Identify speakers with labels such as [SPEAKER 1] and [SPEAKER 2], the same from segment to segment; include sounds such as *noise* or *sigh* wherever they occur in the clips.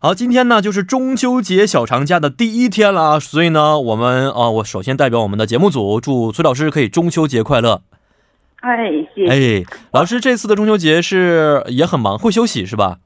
[SPEAKER 1] 好，今天呢就是中秋节小长假的第一天了啊，所以呢，我们啊、我首先代表我们的节目组祝崔老师可以中秋节快乐。
[SPEAKER 2] 哎，谢谢。
[SPEAKER 1] 哎，老师这次的中秋节是也很忙，会休息是吧？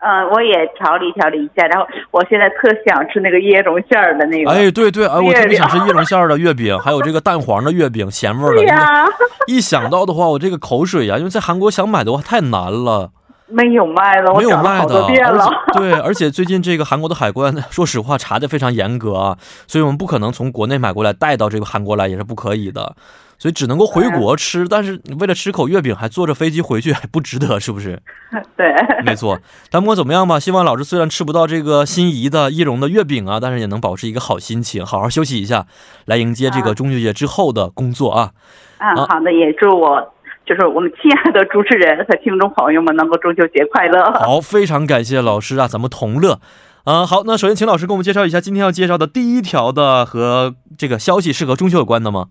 [SPEAKER 2] 呃，我也调理调理一下，然后我现在特想吃那个椰蓉馅儿的那个。
[SPEAKER 1] 哎，对对，哎，我特
[SPEAKER 2] 月
[SPEAKER 1] 别
[SPEAKER 2] 饼
[SPEAKER 1] 想吃椰蓉馅儿的月饼，还有这个蛋黄的月饼，咸味儿的。因
[SPEAKER 2] 对
[SPEAKER 1] 为
[SPEAKER 2] 哎呀、
[SPEAKER 1] 一想到的话，我这个口水呀、因为在韩国想买的话太难了，
[SPEAKER 2] 没有卖了，我
[SPEAKER 1] 没有
[SPEAKER 2] 找了
[SPEAKER 1] 卖
[SPEAKER 2] 好
[SPEAKER 1] 的。
[SPEAKER 2] 多遍
[SPEAKER 1] 而且
[SPEAKER 2] 了。
[SPEAKER 1] 对，而且最近这个韩国的海关， *laughs* 说实话查的非常严格啊，所以我们不可能从国内买过来带到这个韩国来，也是不可以的。所以只能够回国吃，但是你为了吃口月饼还坐着飞机回去，还不值得，是不是？
[SPEAKER 2] *laughs*
[SPEAKER 1] *laughs*
[SPEAKER 2] 对，啊
[SPEAKER 1] 没错，咱不管怎么样吧，希望老师虽然吃不到这个心仪的易容的月饼啊，但是也能保持一个好心情，好好休息一下，来迎接这个中秋节之后的工作 *laughs* 啊。
[SPEAKER 2] 啊，
[SPEAKER 1] 啊
[SPEAKER 2] 好的，也祝我就是我们亲爱的主持人和听众朋友们能够中秋节快乐。
[SPEAKER 1] 好，非常感谢老师啊，咱们同乐。啊、好，那首先请老师给我们介绍一下今天要介绍的第一条的和这个消息是和中秋有关的吗？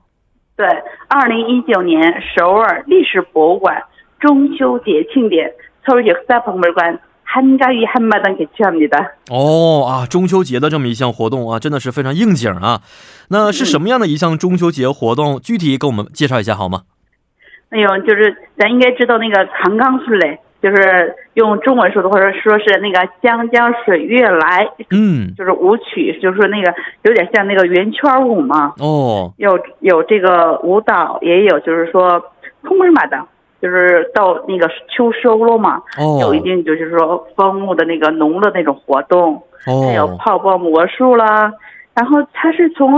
[SPEAKER 2] 对，二零一九年首尔历史博物馆中秋节庆典서울역사박물관한가위한마당개최합니다。
[SPEAKER 1] 哦啊，中秋节的这么一项活动啊，真的是非常应景啊。那是什么样的一项中秋节活动？具体给我们介绍一下好吗？
[SPEAKER 2] 哎呦，就是咱应该知道那个长冈树嘞，就是用中文说的，或者说是那个江江水月来，
[SPEAKER 1] 嗯，
[SPEAKER 2] 就是舞曲，就是说那个有点像那个圆圈舞嘛，
[SPEAKER 1] 哦，
[SPEAKER 2] 有有这个舞蹈，也有就是说通过马的，就是到那个秋收了嘛，
[SPEAKER 1] 哦，
[SPEAKER 2] 有一定就是说风物的那个农的那种活动，还有
[SPEAKER 1] 哦，
[SPEAKER 2] 泡泡魔术啦，然后它是从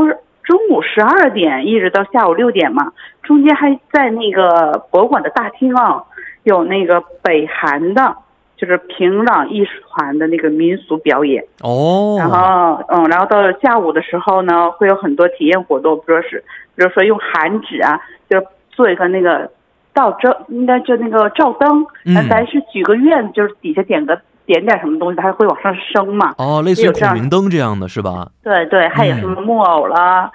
[SPEAKER 2] 中午十二点一直到下午六点嘛，中间还在那个博物馆的大厅啊，有那个北韩的，就是平壤艺术团的那个民俗表演，
[SPEAKER 1] 哦，
[SPEAKER 2] 然后嗯，然后到了下午的时候呢，会有很多体验活动，比如说是，比如说用韩纸啊，就是做一个那个照灯，应该就那个照灯，
[SPEAKER 1] 嗯
[SPEAKER 2] 那咱是举个愿，就是底下点个点点什么东西，它会往上升嘛。
[SPEAKER 1] 哦，类似于
[SPEAKER 2] 有这
[SPEAKER 1] 孔
[SPEAKER 2] 样
[SPEAKER 1] 明灯这样的是吧？
[SPEAKER 2] 对对，还有什
[SPEAKER 1] 嗯
[SPEAKER 2] 么木偶啦，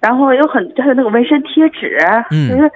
[SPEAKER 2] 然后有很还有那个纹身贴纸，
[SPEAKER 1] 嗯
[SPEAKER 2] 就是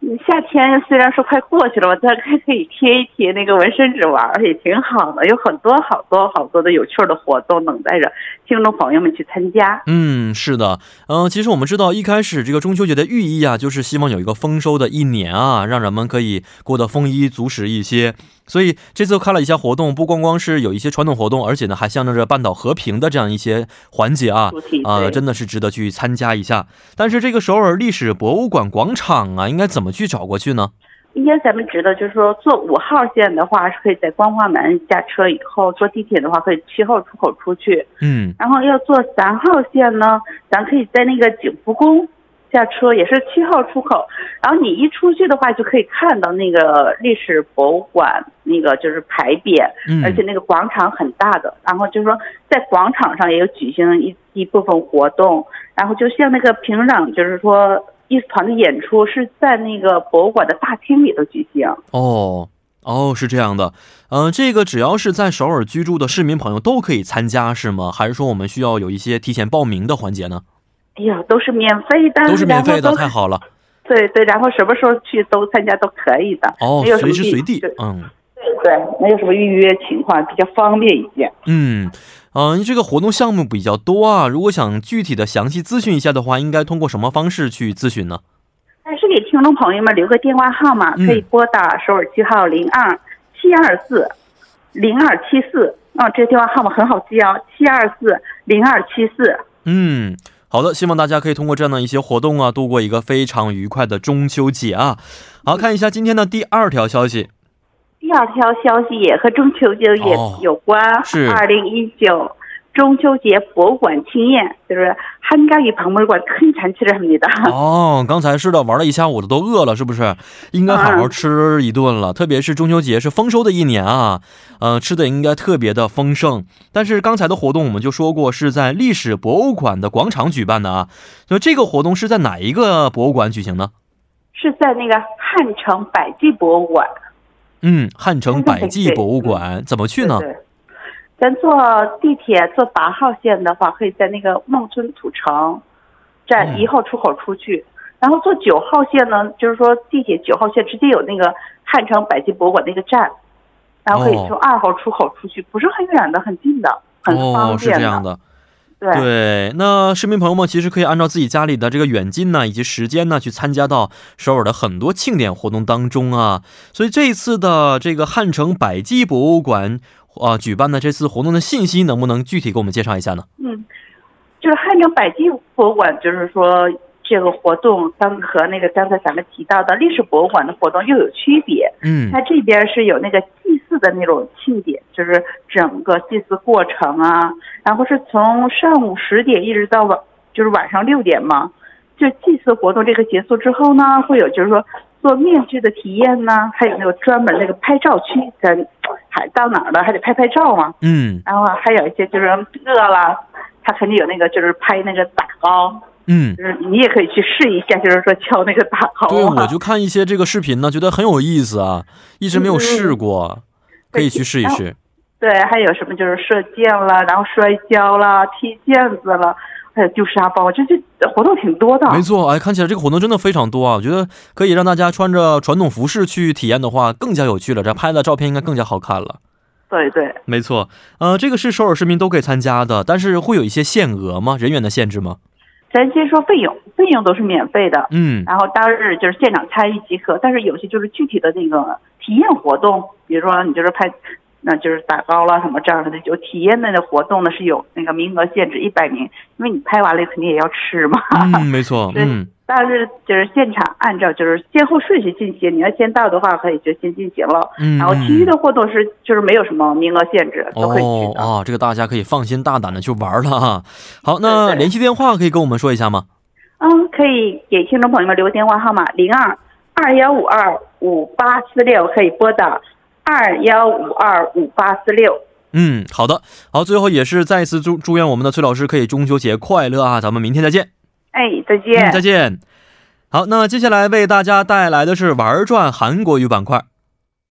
[SPEAKER 2] 嗯夏天虽然说快过去了吧，但是还可以贴一贴那个纹身纸玩儿，也挺好的。有很多好多好多的有趣儿的活动等待着听众朋友们去参加。
[SPEAKER 1] 嗯，是的，嗯、其实我们知道，一开始这个中秋节的寓意啊，就是希望有一个丰收的一年啊，让人们可以过得丰衣足食一些。所以这次看了一下活动，不光光是有一些传统活动，而且呢，还象征着半岛和平的这样一些环节啊
[SPEAKER 2] 主题，
[SPEAKER 1] 啊、
[SPEAKER 2] 对
[SPEAKER 1] 真的是值得去参加一下。但是这个首尔历史博物馆广场啊，应该怎么去找过去呢？
[SPEAKER 2] 应该咱们知道，就是说坐五号线的话是可以在光化门下车以后，坐地铁的话可以七号出口出去。
[SPEAKER 1] 嗯，
[SPEAKER 2] 然后要坐三号线呢，咱可以在那个景福宫下车，也是七号出口。然后你一出去的话，就可以看到那个历史博物馆那个就是牌匾，
[SPEAKER 1] 嗯
[SPEAKER 2] 而且那个广场很大的。然后就是说，在广场上也有举行一一部分活动。然后就像那个平壤，就是说艺术团的演出是在那个博物馆的大厅里头举行。
[SPEAKER 1] 哦哦，是这样的，嗯、这个只要是在首尔居住的市民朋友都可以参加是吗？还是说我们需要有一些提前报名的环节呢？
[SPEAKER 2] 哎呀，都是免费的，
[SPEAKER 1] 都是免费
[SPEAKER 2] 然
[SPEAKER 1] 的，
[SPEAKER 2] 后
[SPEAKER 1] 太
[SPEAKER 2] 都
[SPEAKER 1] 好了
[SPEAKER 2] 对对，然后什么时候去都参加都可以的。
[SPEAKER 1] 哦
[SPEAKER 2] 没有，什
[SPEAKER 1] 随
[SPEAKER 2] 么
[SPEAKER 1] 时
[SPEAKER 2] 预
[SPEAKER 1] 随地
[SPEAKER 2] 对，
[SPEAKER 1] 嗯
[SPEAKER 2] 对，没有什么预约情况，比较方便一些。
[SPEAKER 1] 嗯嗯、这个活动项目比较多啊，如果想具体的详细咨询一下的话，应该通过什么方式去咨询呢？
[SPEAKER 2] 但是给听众朋友们留个电话号码，
[SPEAKER 1] 嗯
[SPEAKER 2] 可以拨打首尔区号零二七二四零二七四。啊，这电话号码很好记哦，七二四零二七四。
[SPEAKER 1] 嗯，好的，希望大家可以通过这样的一些活动啊，度过一个非常愉快的中秋节啊。好看一下今天的第二条消息，
[SPEAKER 2] 第二条消息也和中秋节也
[SPEAKER 1] 哦
[SPEAKER 2] 有关
[SPEAKER 1] 是。
[SPEAKER 2] 二零一九中秋节博物馆庆宴，就是한가위박물관큰잔치를합니다。 *laughs*
[SPEAKER 1] 哦，刚才是的，玩了一下午的都饿了，是不是？应该好好吃一顿
[SPEAKER 2] 嗯
[SPEAKER 1] 了。特别是中秋节是丰收的一年啊，呃，吃的应该特别的丰盛。但是刚才的活动我们就说过是在历史博物馆的广场举办的啊。那这个活动是在哪一个博物馆举行呢？
[SPEAKER 2] 是在那个汉城百济博物馆。
[SPEAKER 1] 嗯，汉城百济博物馆怎么去呢？
[SPEAKER 2] 对对咱坐地铁坐八号线的话，可以在那个孟村土城站
[SPEAKER 1] 嗯
[SPEAKER 2] 一号出口出去。然后坐九号线呢，就是说地铁九号线直接有那个汉城百济博物馆那个站，然后可以
[SPEAKER 1] 哦
[SPEAKER 2] 从二号出口出去，不是很远的，很近的，很方
[SPEAKER 1] 哦，是
[SPEAKER 2] 便
[SPEAKER 1] 这样的。
[SPEAKER 2] 对
[SPEAKER 1] 对，那市民朋友们其实可以按照自己家里的这个远近呢，以及时间呢，去参加到首尔的很多庆典活动当中啊。所以这一次的这个汉城百济博物馆啊、举办的这次活动的信息，能不能具体给我们介绍一下呢？
[SPEAKER 2] 嗯，就是汉城百济博物馆，就是说这个活动刚和那个刚才咱们提到的历史博物馆的活动又有区别。
[SPEAKER 1] 嗯
[SPEAKER 2] 它这边是有那个祭祀的那种庆典，就是整个祭祀过程啊，然后是从上午十点一直到晚，就是晚上六点嘛。就祭祀活动这个结束之后呢，会有就是说做面具的体验呢，还有那个专门那个拍照区，咱还到哪儿了还得拍拍照嘛。
[SPEAKER 1] 嗯
[SPEAKER 2] 然后还有一些就是嗯饿了，他肯定有那个就是拍那个打糕，
[SPEAKER 1] 嗯
[SPEAKER 2] 就，是你也可以去试一下，就是说敲那个打糕啊。
[SPEAKER 1] 对，我就看一些这个视频呢，觉得很有意思啊，一直没有试过，可以去试一试。
[SPEAKER 2] 嗯对，还有什么就是射箭了，然后摔跤啦，踢毽子了，还有丢沙包，这这活动挺多的。
[SPEAKER 1] 没错，哎，看起来这个活动真的非常多啊！我觉得可以让大家穿着传统服饰去体验的话，更加有趣了。这拍的照片应该更加好看了。
[SPEAKER 2] 对对，
[SPEAKER 1] 没错，呃，这个是首尔市民都可以参加的，但是会有一些限额吗？人员的限制吗？
[SPEAKER 2] 咱先说费用，费用都是免费的，
[SPEAKER 1] 嗯，
[SPEAKER 2] 然后当日就是现场参与即可。但是有些就是具体的那个体验活动，比如说你就是拍，那就是打高了什么这样的，有体验类的活动呢是有那个名额限制一百名，因为你拍完了肯定也要吃嘛。
[SPEAKER 1] 嗯，没错，
[SPEAKER 2] 对
[SPEAKER 1] 嗯，
[SPEAKER 2] 但是就是现场按照就是先后顺序进行，你要先到的话可以就先进行了。
[SPEAKER 1] 嗯
[SPEAKER 2] 然后其余的活动是就是没有什么名额限制，都可以去
[SPEAKER 1] 哦
[SPEAKER 2] 的。
[SPEAKER 1] 啊，这个大家可以放心大胆的去玩了
[SPEAKER 2] *laughs*
[SPEAKER 1] 哈。好，
[SPEAKER 2] 对
[SPEAKER 1] 那
[SPEAKER 2] 对
[SPEAKER 1] 联系电话可以跟我们说一下吗？
[SPEAKER 2] 嗯，可以给听众朋友们留电话号码零二二幺五二五八四六，可以拨打二幺五二五八四六。
[SPEAKER 1] 嗯，好的，好，最后也是再一次祝祝愿我们的崔老师可以中秋节快乐啊！咱们明天再见。
[SPEAKER 2] 哎，再
[SPEAKER 1] 嗯
[SPEAKER 2] 见。
[SPEAKER 1] 嗯，再见。好，那接下来为大家带来的是玩转韩国语板块。